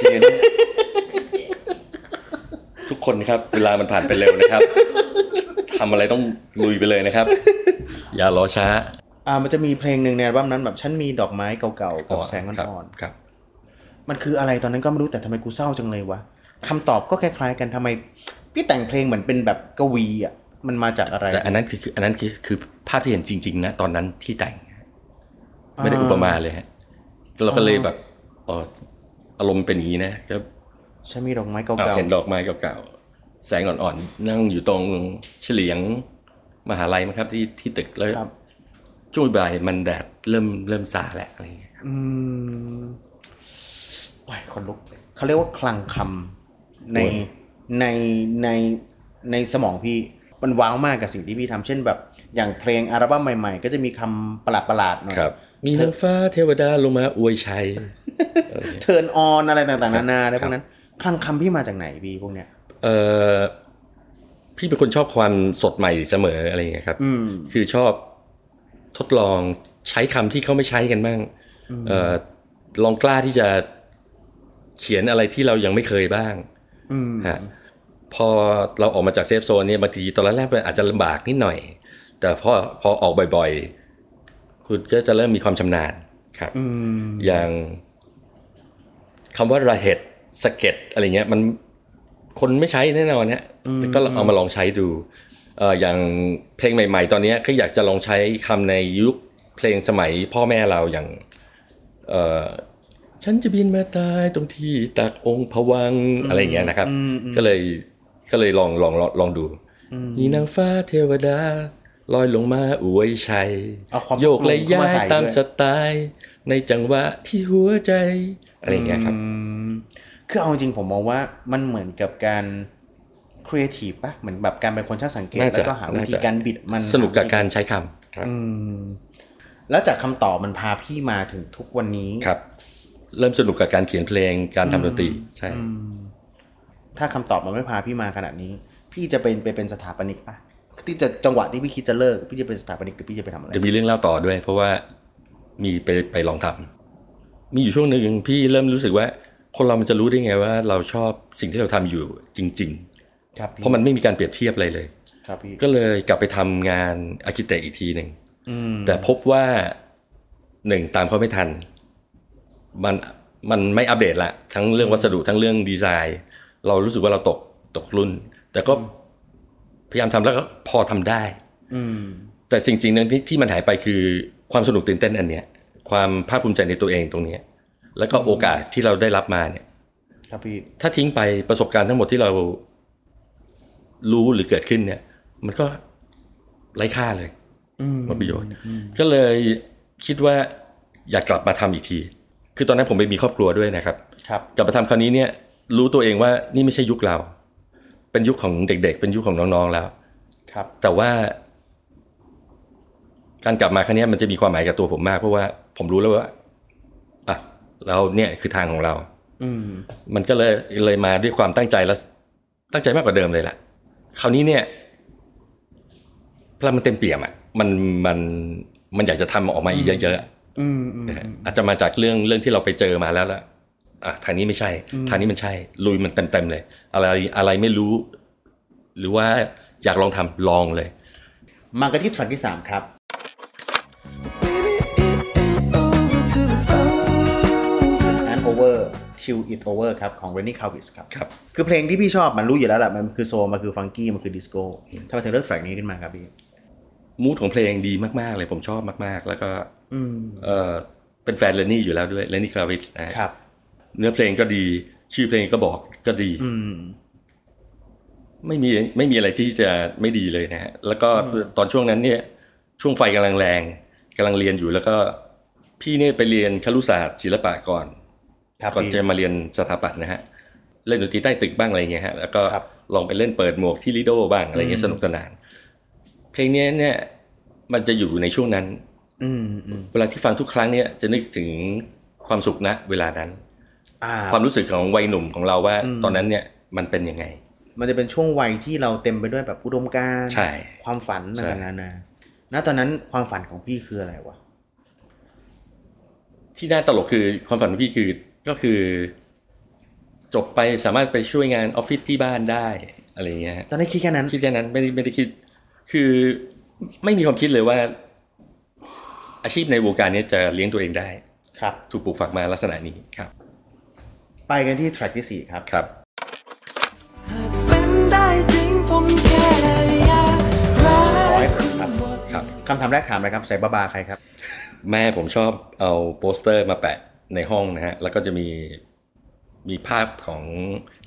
Speaker 1: จริงๆทุกคนครับ เวลามันผ่านไปเร็วนะครับทำอะไรต้องลุยไปเลยนะครับ อย่ารอช้า
Speaker 4: อ่ามันจะมีเพลงหนึ่งในอัลบั้มนั้นแบบฉันมีดอกไม้เก่าๆกับแสง
Speaker 1: ครับ
Speaker 4: อ่อน
Speaker 1: ครับ
Speaker 4: ๆมันคืออะไรตอนนั้นก็ไม่รู้แต่ทำไมกูเศร้าจังเลยวะคำตอบก็คล้ายๆกันทำไม พี่แต่งเพลงเหมือนเป็นแบบกวีอ่ะมันมาจากอะไร
Speaker 1: แต่อันนั้นคือคืออันนั้นคือคือภาพที่เห็นจริง ๆ นะ ตอนนั้นที่แต่ง ไม่ได้อุปมาเลยฮะเราก็เลยแบบอ๋ออารมณ์เป็นอย่างนี้นะก็
Speaker 4: ฉันมีดอกไม้เก่
Speaker 1: เอา
Speaker 4: า
Speaker 1: เห็นดอกไม้เก่าๆแสงอ่อนๆนั่งอยู่ตรงเฉลียงมหาลัยมั้งครับที่ที่ตึกแล้ว
Speaker 4: ๆครับ
Speaker 1: ช่วงบ่ายมันแดดเริ่มเริ่มซาแหละอะไรอย่างเงี้ยครับ
Speaker 4: อืมโอ้ยคนลุกเขาเรียกว่าคลังคำในในในในสมองพี่มันว้าวมากกับสิ่งที่พี่ทำเช่นแบบ อย่างเพลงอัลบั้มใหม่ๆ ก็จะมีคำประหลาดประหลาดๆหน่อย
Speaker 1: มีนางฟ้าเทวดาลงมาอวยชัย
Speaker 4: เทิร์นออนอะไรต่างๆ นานาอะไร
Speaker 1: ค
Speaker 4: พ
Speaker 1: รับ
Speaker 4: วกนั้น คลังคำพี่มาจากไหนพี่พวกเนี้ย
Speaker 1: เออพี่เป็นคนชอบความสดใหม่เสมออะไรอย่างเงี้ยครับ
Speaker 4: อืม
Speaker 1: คือชอบทดลองใช้คำที่เขาไม่ใช้กันบ้างเออลองกล้าที่จะเขียนอะไรที่เรายังไม่เคยบ้าง
Speaker 4: อืม
Speaker 1: ฮะพอเราออกมาจากเซฟโซนเนี่ยบางทีตอนแรกๆมันอาจจะลำบากนิดหน่อย แต่พอพอออกบ่อยๆ คุณก็จะเริ่มมีความชำนาญครับ
Speaker 4: อืม
Speaker 1: อย่างคำว่าระเหตุ สเก็ตอะไรเงี้ยมันคนไม่ใช้แน่นอนฮะแต่ก็เอามาลองใช้ดูเอ่ออย่างเพลงใหม่ ๆ ตอนเนี้ยก็อยากจะลองใช้คำในยุคเพลงสมัยพ่อแม่เราอย่างเอ่อฉันจะบินมาตายตรงที่ตักองค์พวังค์อะไรอย่างเงี้ยนะครับ ก็เลยก็เลยลองลองลองลองดูนี่นางฟ้าเทวดาลอยลงมาอวยชัย
Speaker 4: เอาความ
Speaker 1: โยกและย้ายตาม
Speaker 4: ด้วย
Speaker 1: สไตล์ในจังหวะที่หัวใจอะไรอย่างเงี้ยครับ
Speaker 4: อืมคือเอาจริงผมมองว่ามันเหมือนกับการครีเอทีฟปะเหมือนแบบการเป็นคนช่างสังเกต
Speaker 1: น่าจะ
Speaker 4: แล้วก็หาวิธี
Speaker 1: น่าจะ
Speaker 4: การบิดมัน
Speaker 1: สนุกกับการ
Speaker 4: หวิ
Speaker 1: ใช้คำครับ
Speaker 4: ธีอืมแล้วจากคำตอบมันพาพี่มาถึงทุกวันนี้
Speaker 1: ครับ เริ่มสนุกกับการเขียนเพลงการทำดนตรีใช่
Speaker 4: อืมถ้าคำตอบมันไม่พาพี่มาขนาดนี้ พี่จะเป็นไปเป็นสถาปนิกปะที่จะจังหวะที่พี่คิดจะเลิก พี่จะเป็นสถาปนิกหรือพี่จะไปทำอะไร
Speaker 1: เดี๋ยวมีเรื่องเล่าต่อด้วย เพราะว่ามีไปไปลองทำมีอยู่ช่วงหนึ่งพี่เริ่มรู้สึกว่า คนเรามันจะรู้ได้ไงว่า เราชอบสิ่งที่เราทำอยู่จริง
Speaker 4: ครับ
Speaker 1: ๆ
Speaker 4: พี่
Speaker 1: เพราะมันไม่มีการเปรียบเทียบอะไรเลย
Speaker 4: ครับพี่
Speaker 1: ก็เลยกลับไปทำงานอาร์เคเต็กอีกทีหนึ่ง
Speaker 4: อืม
Speaker 1: แต่พบว่าหนึ่งตามเขาไม่ทัน มันมันไม่อัปเดตละทั้งเรื่องวัสดุทั้งเรื่องดีไซน์ เรารู้สึกว่าเราตกตกรุ่น แต่ก็พยายามทำแล้วก็พอทำได้
Speaker 4: อืม
Speaker 1: แต่สิ่งสิ่งหนึ่งที่ที่มันหายไปคือความสนุกตื่นเต้นอันเนี้ย ความภาคภูมิใจในตัวเองตรงเนี้ยแล้วก็โอกาสที่เราได้รับมาเนี่ย
Speaker 4: ครับพี่
Speaker 1: ถ้าทิ้งไปประสบการณ์ทั้งหมดที่เรารู้หรือเกิดขึ้นเนี่ย มันก็ไร้ค่าเลย
Speaker 4: อืม
Speaker 1: หมดประโยชน์ก็เลยคิดว่าอยากกลับมาทำอีกที คือตอนนั้นผมไปมีครอบครัวด้วยนะครับ
Speaker 4: ครับ
Speaker 1: กลับมาทำคราวนี้เนี่ยรู้ตัวเองว่านี่ไม่ใช่ยุคเรา เป็นยุคของเด็ก ๆ เป็นยุคของน้องๆแล้ว
Speaker 4: ครับ
Speaker 1: แต่ว่า การกลับมาครั้งเนี้ยมันจะมีความหมายกับตัวผมมาก เพราะว่าผมรู้แล้วว่าอ่ะเราเนี่ยคือทางของเรา
Speaker 4: อืม
Speaker 1: มันก็เลยเลยมาด้วยความตั้งใจและตั้งใจมากกว่าเดิมเลยแหละคราวนี้เนี่ยพลังมันเต็มเปี่ยมอ่ะมันมันมันอยากจะทำออกมาอีกเยอะๆอะ
Speaker 4: อืมอืม
Speaker 1: นะฮะอาจจะมาจากเรื่องเรื่องที่เราไปเจอมาแล้วละอ่ะทางนี้ไม่ใช่ ทางนี้มันใช่ ลุยมันเต็มๆเลย อะไรอะไรไม่รู้ หรือว่าอยากลองทำลองเลย
Speaker 4: มากันที่ทรนที่สามครับ
Speaker 5: Baby, it ain't over till it's over.
Speaker 4: and over till it over ครับ ของ Rennie Kravitz ครับ
Speaker 1: ครับ
Speaker 4: คือเพลงที่พี่ชอบมันรู้อยู่แล้วแหละมันคือโซลมันคือฟังกี้ มันคือดิสโก้ทำไมถึงเลือกแทร็กนี้ขึ้นมาครับพี่
Speaker 1: มูดของเพลงดีมากๆเลยผมชอบมากๆ แล้วก็
Speaker 4: อืม
Speaker 1: เออเป็นแฟนเลนนี่อยู่แล้วด้วยเลนนี่คราวิสนะฮะ
Speaker 4: ครับ
Speaker 1: เนื้อเพลงก็ดี ชื่อเพลงก็บอกก็ดี
Speaker 4: อืม
Speaker 1: ไม่มีไม่มีอะไรที่จะไม่ดีเลยนะฮะแล้วก็ตอนช่วงนั้นเนี่ยช่วงไฟกำลังแรงกำลังเรียนอยู่แล้วก็พี่เนี่ยไปเรียนครุศาสตร์ศิลปะก่อน
Speaker 4: ครับ
Speaker 1: ก่อน
Speaker 4: พี่
Speaker 1: จะมาเรียนสถาปัตย์นะฮะเล่นดนตรีใต้ตึกบ้างอะไรเงี้ยฮะแล้วก็
Speaker 4: ครับ
Speaker 1: ลองไปเล่นเปิดหมวกที่ลิโดบ้างอะไรเงี้ย
Speaker 4: อืม
Speaker 1: สนุกสนาน เพลงเนี้ยเนี่ยมันจะอยู่ในช่วงนั้น
Speaker 4: อืมอืม
Speaker 1: เวลาที่ฟังทุกครั้งเนี่ยจะนึกถึงความสุขณเวลานั้น
Speaker 4: อ่า
Speaker 1: ความรู้สึกของวัยหนุ่มของเราว่า ตอนนั้นเนี่ยมันเป็นยังไง
Speaker 4: มันจะเป็นช่วงวัยที่เราเต็มไปด้วยแบบอุดมการณ์
Speaker 1: ใช่
Speaker 4: ความฝันต่างๆนานาณตอนนั้นความฝันของพี่คืออะไรวะ
Speaker 1: ที่น่าตลกคือความฝันของพี่คือก็คือ จบไปสามารถไปช่วยงานออฟฟิศที่บ้านได้อะไรอย่างเงี้ยฮะ
Speaker 4: ตอนนั้นคิดแค่นั้น
Speaker 1: คิดแค่นั้นไม่ได้ไม่ได้คิด คือไม่มีความคิดเลยว่า อาชีพในวงการเนี้ยจะเลี้ยงตัวเองได้
Speaker 4: ครับ
Speaker 1: ถูกปลูกฝังมาลักษณะนี้ครับ
Speaker 4: ไปกันที่แทร็กที่สี่ครับ
Speaker 1: ครับ
Speaker 5: หากเป็นได้จริงผมแค่อยากรั
Speaker 4: ร้อยค
Speaker 5: ก
Speaker 4: รับครับ
Speaker 1: ครับ
Speaker 4: คำถามแรกถามเลยครับใส่บาบาใครครับ
Speaker 1: แม่ผมชอบเอาโปสเตอร์มาแปะในห้องนะฮะ แล้วก็จะมีมีภาพของ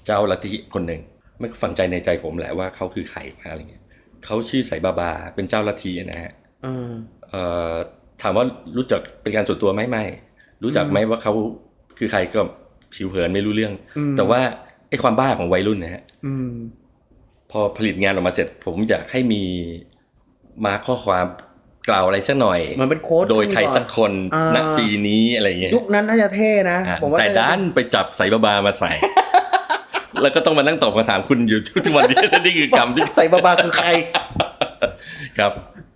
Speaker 1: เจ้าลัทธิคนหนึ่งมันก็ฝังใจในใจผมแหละว่าเขาคือใครวะอะไรเงี้ยเขาชื่อไสบาบา เป็นเจ้าลัทธินะฮะ
Speaker 4: อืม
Speaker 1: เอ่อถามว่ารู้จักเป็นการส่วนตัวไหมไม่ รู้จักไหมว่าเขาคือใครก็ผิวเผินไม่รู้เรื่อง
Speaker 4: อืม
Speaker 1: แต่ว่าไอ้ความบ้าของวัยรุ่นนะฮะ
Speaker 4: อืม
Speaker 1: พอผลิตงานออกมาเสร็จ ผมอยากให้มีมาข้อความกล่าวอะไรสักหน่อย
Speaker 4: มันเป็นโค้ด
Speaker 1: โดยใคร
Speaker 4: ขึ้นอน
Speaker 1: สักคน
Speaker 4: อ่า
Speaker 1: ณปีนี้อะไรอย่างเงี้ย
Speaker 4: ยุคนั้นน่าจะเท่นะ
Speaker 1: อ่ะ
Speaker 4: ผมว่า
Speaker 1: แต่ด้านไปจับใส่บาบามาใส่ แล้วก็ต้องมานั่งตอบคำถามคุณอยู่ทุกวันนี้ นี่คือกรรมที่
Speaker 4: ใส่บาบาคือใคร
Speaker 1: ครับ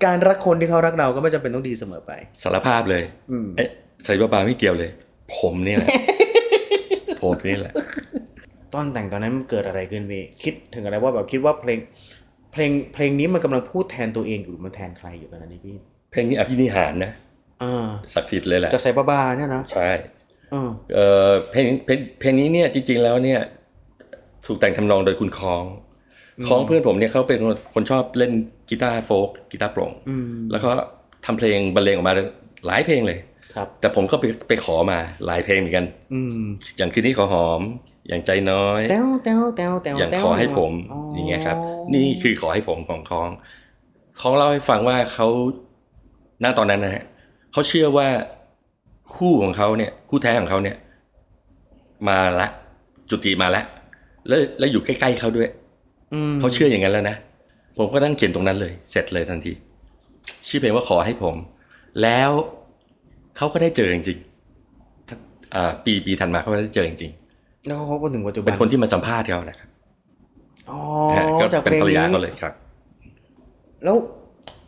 Speaker 4: การรักคนที่เขารักเราก็ไม่จำเป็นต้องดีเสมอไป
Speaker 1: สารภาพเลย
Speaker 4: อืม
Speaker 1: เอ๊ะใส่บาบาไม่เกี่ยวเลย ผมนี่แหละ ผมนี่แหละ
Speaker 4: ตอนแต่งตอนนั้นมันเกิดอะไรขึ้นพี่คิดถึงอะไรว่าแบบคิดว่าเพลง เพลงเพลงนี้มันกำลังพูดแทนตัวเองอยู่หรือมันแทนใครอยู่ตอนนั้นนี่พี่
Speaker 1: เพลงนี้อภินิหารนะ
Speaker 4: อ่า
Speaker 1: ศักดิ์สิทธิ์เลยแหละ
Speaker 4: จากใส่บาบาเนี่ยนะ
Speaker 1: ใช่
Speaker 4: เออ
Speaker 1: เอ่อเพลงเพลงเพลงนี้เนี่ยจริงๆแล้วเนี่ยถูกแต่งทำนองโดยคุณคล้องคล้องเพื่อนผมเนี่ยเขาเป็นคนคนชอบเล่นกีตาร์โฟล์กกีตาร์โปร่ง
Speaker 4: อืม
Speaker 1: แล้วก็ทำเพลงบรรเลงออกมาหลายเพลงเลย
Speaker 4: ครับ
Speaker 1: แต่ผมก็ไปไปขอมาหลายเพลงเหมือนกัน
Speaker 4: อืม
Speaker 1: อย่างคืนนี้ขอหอม อย่างใจน้อย
Speaker 4: เต้าเต้าเต้าเต้า
Speaker 1: อย่างขอให้ผมอย่างเงี้ยครับ นี่คือขอให้ผมของคล้องคล้องเล่าให้ฟังว่าเขาณตอนนั้นนะฮะเขาเชื่อว่าคู่ของเขาเนี่ย คู่แท้ของเขาเนี่ย มาละ จุติมาละแล้วแล้วอยู่ใกล้ๆเขาด้วย
Speaker 4: อืม
Speaker 1: เขาเชื่ออย่างนั้นแล้วนะผมก็นั่งเขียนตรงนั้นเลย เสร็จเลยทันทีชื่อเพลงว่าขอให้ผม แล้วเขาก็ได้เจอจริงๆอ่าปีปีถัดมาเขาก็ได้เจอจริง
Speaker 4: แล้วเขาก็ถึงปัจจุ
Speaker 1: ๆ
Speaker 4: บั
Speaker 1: เป็น นคนที่มาสัมภาษณ์เขานะครับ
Speaker 4: อ๋อ
Speaker 1: ฮะก็
Speaker 4: จาก
Speaker 1: เป็น
Speaker 4: เพลง
Speaker 1: ภรร
Speaker 4: นี้
Speaker 1: ยาเขาเลยครับ
Speaker 4: แล้ว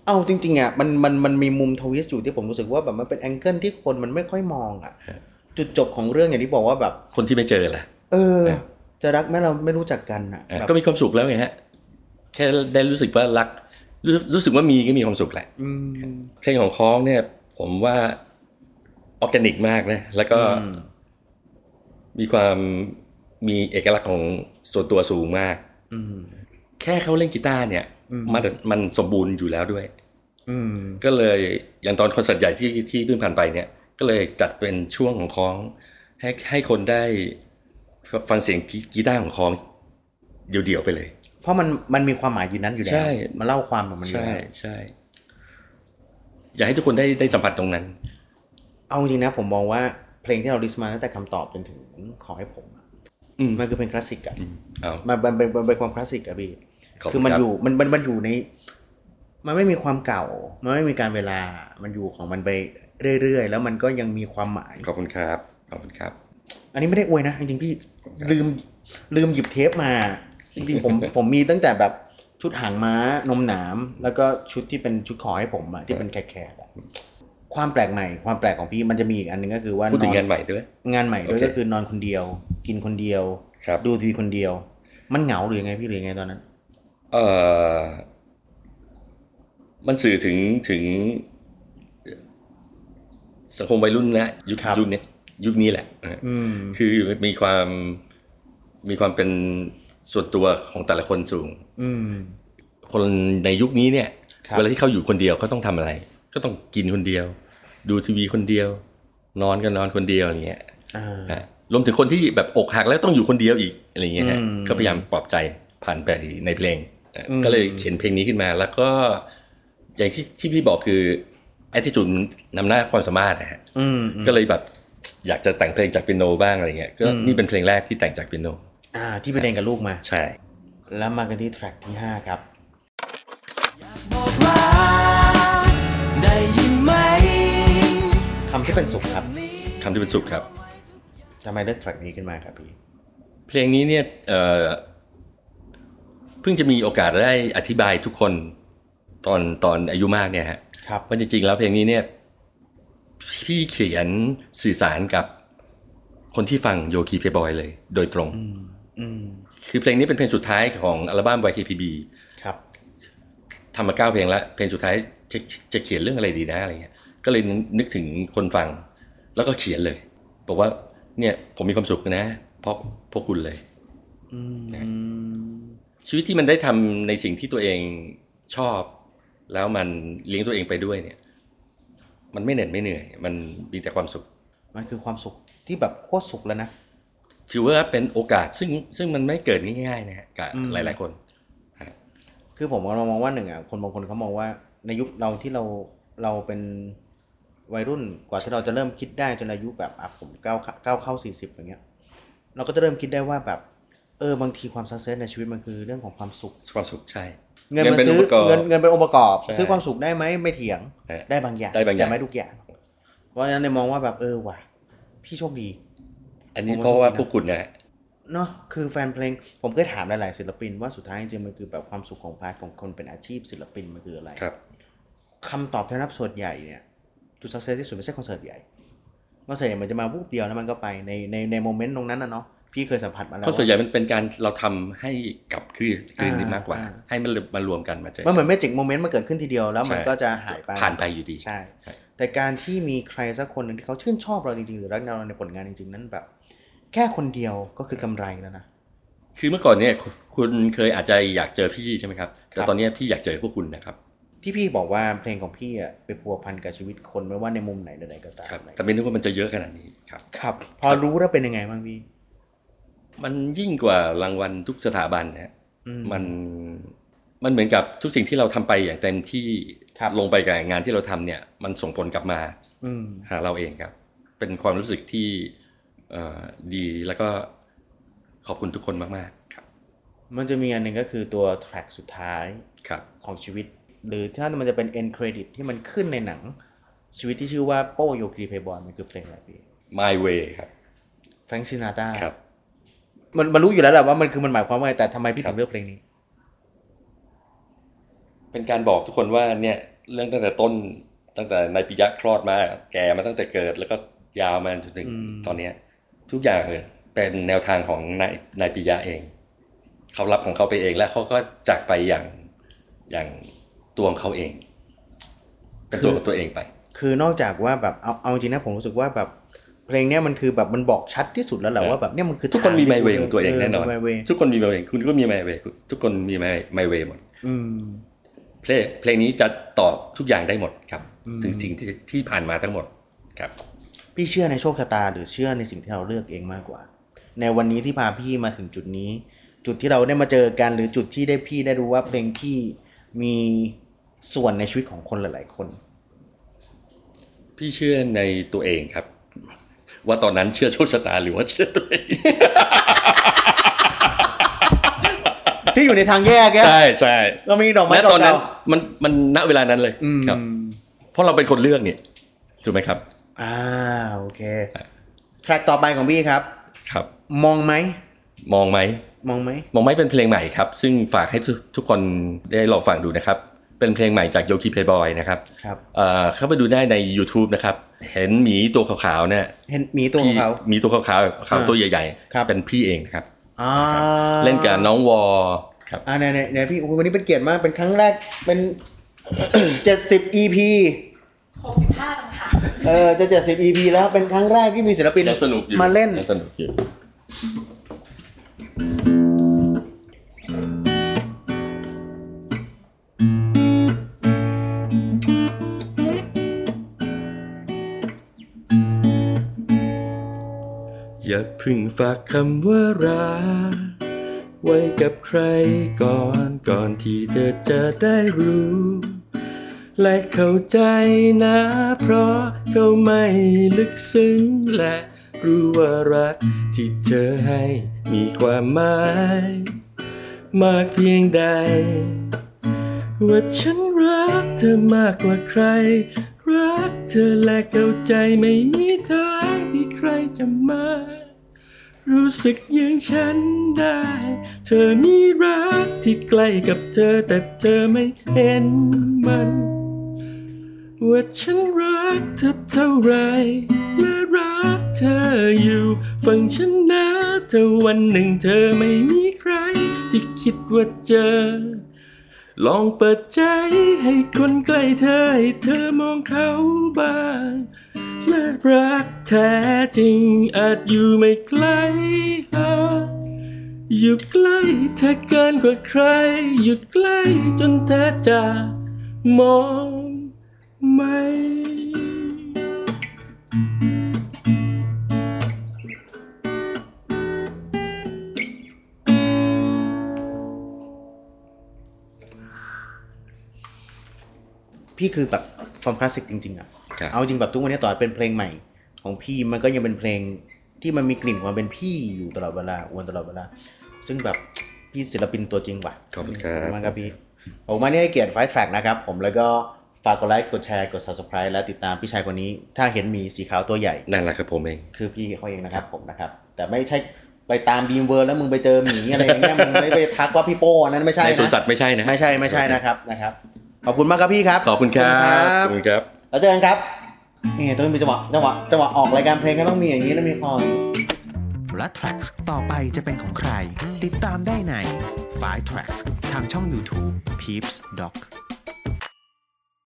Speaker 4: เอาจริง ๆอ่ะมันมันมันมีมุมทวิสต์อยู่ที่ผมรู้สึกว่าแบบมันเป็นแองเกิลที่คนมันไม่ค่อยมองอ่ะ
Speaker 1: ฮะ
Speaker 4: จุดจบของเรื่องอย่างที่บอกว่าแบบ
Speaker 1: คนที่ไม่เจอแหละ
Speaker 4: เออ
Speaker 1: ฮะ
Speaker 4: จะรักแม้เราไม่รู้จักกันอ่ะ
Speaker 1: อ่ะ
Speaker 4: แบบ
Speaker 1: ก็มีความสุขแล้วไงฮะ แค่ได้รู้สึกว่ารักรรู้สึกว่ามีก็มีความสุขแหละ
Speaker 4: อืม
Speaker 1: เพลงของคล้องเนี่ย ผมว่าออร์แกนิกมากนะ แล้วก็
Speaker 4: อืม
Speaker 1: มีความมีเอกลักษณ์ของส่วนตัวสูงมาก
Speaker 4: อืม
Speaker 1: แค่เขาเล่นกีตาร์เนี่ย
Speaker 4: อืม
Speaker 1: มันมันสมบูรณ์อยู่แล้วด้วย
Speaker 4: อืม
Speaker 1: ก็เลยอย่างตอนคอนเสิร์ตใหญ่ที่ที่เพิ่งผ่านไปเนี่ย ก็เลยจัดเป็นช่วงของคล้องให้ให้คนได้ฟังเสียงกีกีตาร์ของคล้องเดี่ยวๆไปเลย
Speaker 4: เพราะมันมันมีความหมายอยู่นั้นอยู่แล้ว
Speaker 1: ใช่
Speaker 4: มันเล่าความของมันอยู่
Speaker 1: ใช่
Speaker 4: แล้ว
Speaker 1: ใช่อยากให้ทุกคนได้ได้สัมผัสตรงนั้น
Speaker 4: เอาจริงนะผมมองว่าเพลงที่เราดิสมาตั้งแต่คำตอบจนถึงขอให้ผมอะ
Speaker 1: อืม
Speaker 4: มันคือเป็นคลาสสิกอะ
Speaker 1: เอา
Speaker 4: มันมันเป็นมันเป็นความคลาสสิกอะพี่
Speaker 1: ขอบคุณ
Speaker 4: คือมัน
Speaker 1: ครับ
Speaker 4: อยู่มันมันมันอยู่ใน มันไม่มีความเก่า มันไม่มีการเวลา มันอยู่ของมันไปเรื่อยๆ แล้วมันก็ยังมีความหมาย
Speaker 1: ขอบคุณครับขอบคุณครับ
Speaker 4: อันนี้ไม่ได้อวยนะจริงๆพี่
Speaker 1: ครับ
Speaker 4: ลืมลืมหยิบเทปมา จริงๆผม ผมมีตั้งแต่แบบชุดหางม้านมหนาม แล้วก็ชุดที่เป็นชุดขอให้ผมอะที่เป็นแขกๆอะความแปลกใหม่ ความแปลกของพี่มันจะมีอีกอันหนึงก็คือว่า
Speaker 1: พูดถึ
Speaker 4: อง
Speaker 1: งานใหม่ด้วย
Speaker 4: งานใหม่ด้วย
Speaker 1: โอเค
Speaker 4: ก็คือนอนคนเดียว กินคนเดียว
Speaker 1: ครับ
Speaker 4: ดูทีวีคนเดียว มันเหงาหรือยังไงพี่หรือยังไงตอนนั้น
Speaker 1: เอ่อมันสื่อถึงถึงสังคมวัยรุ่นนะยุค
Speaker 4: ครับ
Speaker 1: ยุคเนี้ยยุคนี้แหละนะฮะ
Speaker 4: อืม
Speaker 1: คือมีความมีความเป็นส่วนตัวของแต่ละคนสูง
Speaker 4: อืม
Speaker 1: คนในยุคนี้เนี่ย
Speaker 4: ครับ
Speaker 1: เวลาที่เขาอยู่คนเดียวเขาต้องทำอะไร ก็ต้องกินคนเดียว ดูทีวีคนเดียว นอนก็นอนคนเดียวอย่างเงี้ย
Speaker 4: อ่า
Speaker 1: ฮะรวมถึงคนที่แบบอกหักแล้วต้องอยู่คนเดียวอีกอะไรเงี้ยฮะ
Speaker 4: อืม
Speaker 1: ก็พยายามปลอบใจผ่านไปในเพลงเอ่ออ
Speaker 4: ม
Speaker 1: ก็เลยเขียนเพลงนี้ขึ้นมา แล้วก็อย่างที่ที่พี่บอกคือแอ t ติจูดนำหน้าความสามารถนะฮะ
Speaker 4: อืมอืม
Speaker 1: ก็เลยแบบอยากจะแต่งเพลงจากเปียโนบ้างอะไรเงี้ยก็นี่เป็นเพลงแรกที่แต่งจากเปียโน
Speaker 4: อ่า ที่ไปเรียนกับลูกมา
Speaker 1: ใช่
Speaker 4: แล้วมากันที่แทร็กที่ห้าครับ
Speaker 5: บอกรักได้ยินไหม
Speaker 4: คำที่เป็นสุขครับ
Speaker 1: คำที่เป็นสุขครับ
Speaker 4: ทำไมเลือกแทร็กนี้ขึ้นมาครับพี่
Speaker 1: เพลงนี้เนี่ยเอ่อเพิ่งจะมีโอกาสได้อธิบายทุกคนตอนตอนอายุมากเนี่ยฮะ
Speaker 4: ครับ
Speaker 1: ว่าจริงๆแล้วเพลงนี้เนี่ยพี่เขียนสื่อสารกับคนที่ฟังโยคีเพย์บอยเลย โดยตรง
Speaker 4: อืม
Speaker 1: คือเพลงนี้เป็นเพลงสุดท้ายของอัลบั้ม YKPB
Speaker 4: ครับ
Speaker 1: ทำมาเก้าเพลงแล้วเพลงสุดท้ายจะจะเขียนเรื่องอะไรดีนะอะไรเงี้ยก็เลยนึกถึงคนฟัง แล้วก็เขียนเลย บอกว่าเนี่ยผมมีความสุขนะเพราะพวกคุณเลย
Speaker 4: อืม
Speaker 1: ชีวิตที่มันได้ทำในสิ่งที่ตัวเองชอบ แล้วมันเลี้ยงตัวเองไปด้วยเนี่ย มันไม่เหน็ดไม่เหนื่อย มันมีแต่ความสุข
Speaker 4: มันคือความสุขที่แบบโคตรสุขแล้วนะ
Speaker 1: ถือว่าเป็นโอกาสซึ่งซึ่งมันไม่เกิดง่ายๆนะฮะกับ
Speaker 4: อืม
Speaker 1: หลายๆคน
Speaker 4: คือผมก็มองว่าหนึ่งอ่ะ คนบางคนเขามองว่าในยุคเราที่เราเราเป็นวัยรุ่นกว่าที่เราจะเริ่มคิดได้จนอายุแบบอ่ะผมเก้าเก้าเข้าสี่สิบอย่างเงี้ย เราก็จะเริ่มคิดได้ว่าแบบ เออบางทีความสักเซสในชีวิตมันคือเรื่องของความสุข
Speaker 1: ความสุขใช่
Speaker 4: เงินมันซื้อ
Speaker 1: ค์ประกอบ
Speaker 4: เงินเงินเป็นองค์ประกอบ
Speaker 1: ใช่
Speaker 4: ซื้อความสุขได้ไหมไม่เถียง
Speaker 1: ใช่
Speaker 4: ได้บางอย่าง
Speaker 1: ได้บางอย่าง
Speaker 4: แต่ไม่ทุกอย่าง เพราะฉะนั้นเลยมองว่าแบบเออว่ะพี่โชคดี
Speaker 1: อันนี้เพ
Speaker 4: ผมว่า
Speaker 1: ราะว่าพ
Speaker 4: โชคดีนะ
Speaker 1: วกคุณนะฮะ
Speaker 4: เนาะคือแฟนเพลงผมเคยถามหลายๆศิลปินว่าสุดท้ายจริงๆมันคือแบบความสุขของพาร์ทของคนเป็นอาชีพศิลปินมันคืออะไร
Speaker 1: ครับ
Speaker 4: คำตอบที่ได้รับส่วนใหญ่เนี่ยจุดสักเซสที่สุดไม่ใช่คอนเสิร์ตใหญ่คอนเสิร์ตใหญ่มันจะมาวูบเดียวแล้วมันก็ไปในในในโมเมนต์ตรงนั้นนะเนาะพี่เคยสัมผัสมาแล้ว
Speaker 1: เขาส่วนใหญ่มันเป็นการเราทำให้กลับคืนคืน
Speaker 4: อ่า
Speaker 1: นี้มากกว่า
Speaker 4: อ่า
Speaker 1: ให้มันมารวมกันมาเจอ
Speaker 4: มันเหมือนแมจิกโมเมนต์มันเกิดขึ้นทีเดียวแล้วมันก็จะหายไป
Speaker 1: ผ่านไปอยู่ดี
Speaker 4: ใช่
Speaker 1: ใช่
Speaker 4: แต่ แต่การที่มีใครสักคนหนึ่งที่เขาชื่นชอบเราจริงๆ หรือรักเราในผลงานจริงๆ นั้นแบบ แค่คนเดียวก็คือกำไรแล้วนะ
Speaker 1: คือเมื่อก่อนเนี่ยคุณคุณเคยอาจจะอยากเจอพี่ใช่ไหมครับ แต่ตอนเนี้ยพี่อยากเจอพวกคุณนะครับ
Speaker 4: ที่พี่บอกว่าเพลงของพี่อ่ะไปพัวพันกับชีวิตคนไม่ว่าในมุมไหนใดๆก็ตาม
Speaker 1: ครับ
Speaker 4: นะ
Speaker 1: แต่ไม่นึกว่ามันจะเยอะขนาดนี้ครับ
Speaker 4: ครับ พอรู้แล้วเป็นยังไงบ้างพี่
Speaker 1: มันยิ่งกว่ารางวัลทุกสถาบันนะฮะ
Speaker 4: อืม
Speaker 1: มันมันเหมือนกับทุกสิ่งที่เราทำไปอย่างเต็มที่
Speaker 4: ครับ
Speaker 1: ลงไปกับงานที่เราทำเนี่ย มันส่งผลกลับมา
Speaker 4: อืม
Speaker 1: หาเราเองครับ เป็นความรู้สึกที่เอ่อดีแล้วก็ขอบคุณทุกคนมากๆครับ
Speaker 4: มันจะมีอันหนึ่งก็คือตัวแทร็กสุดท้าย
Speaker 1: ครับ
Speaker 4: ของชีวิต หรือถ้ามันจะเป็น end credit ที่มันขึ้นในหนัง ชีวิตที่ชื่อว่าโป้โยคีเพย์บอลมันคือเพลงอะไรพี่
Speaker 1: My Way ครับ
Speaker 4: แฟรงซินาตา
Speaker 1: ครับ
Speaker 4: มันมันรู้อยู่แล้วแหละว่ามันคือมันหมายความว่าไงแต่ทำไมพี่ถึงเลือกเพลงนี้
Speaker 1: เป็นการบอกทุกคนว่าเนี่ยเรื่องตั้งแต่ต้นตั้งแต่นายปิยะคลอดมา แก่มาตั้งแต่เกิด แล้วก็ยาวมาจนถึง
Speaker 4: อืม
Speaker 1: ตอนเนี้ยทุกอย่างเลยเป็นแนวทางของนายนายปิยะเอง เขารับของเขาไปเองและเขาก็จากไปอย่างอย่างตัวของเขาเอง เป็นตัวของตัวเองไป
Speaker 4: คือนอกจากว่าแบบเอาเอาจริงนะผมรู้สึกว่าแบบเพลงเนี้ยมันคือแบบมันบอกชัดที่สุดแล้วแหละ
Speaker 1: ครับ
Speaker 4: ว่าแบบเนี่ยมันคือ
Speaker 1: ทุกคนมีไมเวของตัวเองแน่นอน
Speaker 4: ไมเว
Speaker 1: ทุกคนมีไมเวคุณก็มีไมเวทุกคนมีไมเวหมด
Speaker 4: อืม
Speaker 1: เพลงเพลงนี้จะตอบทุกอย่างได้หมดครับ
Speaker 4: อืม
Speaker 1: ถึงสิ่งที่ที่ผ่านมาทั้งหมดครับ
Speaker 4: พี่เชื่อในโชคชะตาหรือเชื่อในสิ่งที่เราเลือกเองมากกว่า ในวันนี้ที่พาพี่มาถึงจุดนี้ จุดที่เราได้มาเจอกัน หรือจุดที่ได้พี่ได้รู้ว่าเพลงพี่มีส่วนในชีวิตของคนหลาย ๆ คน
Speaker 1: พี่เชื่อในตัวเองครับ ว่าตอนนั้นเชื่อโชคชะตาหรือว่าเชื่อตัวเอง
Speaker 4: ที่อยู่ในทางแยกแก
Speaker 1: ใช่ใช่
Speaker 4: เรามีดอกไม้
Speaker 1: ณตอนนั้น
Speaker 4: เก่า
Speaker 1: มันมันณเวลานั้นเลย
Speaker 4: ๆอืม
Speaker 1: ครับ เพราะเราเป็นคนเลือกเนี่ยถูกไหมครับ
Speaker 4: อ่าโอเคแทร็กต่อไปของพี่ครับ
Speaker 1: ครับ
Speaker 4: มองไหม
Speaker 1: มองไหม
Speaker 4: มองไหม
Speaker 1: มองไหมเป็นเพลงใหม่ครับ ซึ่งฝากให้ทุกทุกคนได้ลองฟังดูนะครับ เป็นเพลงใหม่จากโยคีเพย์บอยนะครับ
Speaker 4: ครับ
Speaker 1: เอ่อเข้าไปดูได้ใน YouTube นะครับ เห็นหมีตัวขาวๆเนี่ย
Speaker 4: เห็นหมีตัวของเขา
Speaker 1: พี่หมีตัวขาวๆขาวตัวใหญ่
Speaker 4: ครับ
Speaker 1: ๆเป็นพี่เองนะครับ
Speaker 4: อ่า
Speaker 1: เล่นกับน้องวอครับ
Speaker 4: อ่าเนี่ยเนี่ยเนี่ยพี่โอ้โหวันนี้เป็นเกียรติมากเป็นครั้งแรกเป็น เจ็ดสิบ EP
Speaker 6: หกสิบห้าต่างหาก
Speaker 4: เออจะเจ็ดสิบ EP แล้วเป็นครั้งแรกที่มีศิลปิน
Speaker 1: ยังสนุกอยู่
Speaker 4: มาเล่น
Speaker 1: ยังสนุกอยู่อย่าเพึ่งฝากคำว่ารักไว้กับใครก่อนก่อนที่เธอจะได้รู้ และเข้าใจนะ เพราะเขาไม่ลึกซึ้งและรู้ว่ารักที่เธอให้มีความหมาย มากเพียงใด ว่าฉันรักเธอมากกว่าใคร รักเธอและเข้าใจไม่มีทางที่ใครจะมา รู้สึกอย่างฉันได้ เธอมีรักที่ใกล้กับเธอแต่เธอไม่เห็นมัน ว่าฉันรักเธอเท่าไรและรักเธออยู่ฟังฉันนะเธอวันหนึ่งเธอไม่มีใคร ที่คิดว่าเจอ ลองเปิดใจให้คนใกล้เธอให้เธอมองเขาบ้าง และรักแท้จริงอาจอยู่ไม่ไกลหาอยู่ใกล้เธอเกินกว่าใคร อยู่ใกล้จนแท้จะมองไม่
Speaker 4: พี่คือแบบความคลาสสิกจริง ๆอ่ะ
Speaker 1: ครับ
Speaker 4: เอาจริงแบบทุกวันนี้ต่อให้เป็นเพลงใหม่ของพี่มันก็ยังเป็นเพลงที่มันมีกลิ่นความเป็นพี่อยู่ตลอดเวลาอวนตลอดเวลา ซึ่งแบบพี่ศิลปินตัวจริงว่ะ
Speaker 1: ขอบคุณครับ
Speaker 4: ขอบณมากครับพี่ผมมานี่ให้เกียรติไฟแทร็กนะครับ ผมแล้วก็ฝากกดไลค์กดแชร์กด subscribe และติดตามพี่ชายคนนี้ ถ้าเห็นมีสีขาวตัวใหญ่
Speaker 1: นั่นแหละครับผมเอง
Speaker 4: คือพี่เขาเองนะครับผมนะครับ แต่ไม่ใช่ไปตามบีมเวิร์แล้วมึงไปเจอหมีอะไรอย่างเงี้ยมึงไม่ไปทักว่าพี่โป้อันนั้นไม่ใช่
Speaker 1: ใน
Speaker 4: นะ
Speaker 1: สวนสัตว์ไม่ใช่นะ
Speaker 4: ไม่ใช่ไม่ใช่นะครับนะครับขอบคุณมากครับพี่ครับ
Speaker 1: ขอบคุณครับ บ ขอบคุณครับ
Speaker 4: แล้วเจอกันครับนี่ต้องมีจังหวะจังหวะจังหวะออกรายการเพลงก็ต้องมีอย่างนี้แล้วมีคอย
Speaker 3: และ Tracks ต่อไปจะเป็นของใคร ติดตามได้ใน f i Tracks ทางช่อง YouTube Peeps Doc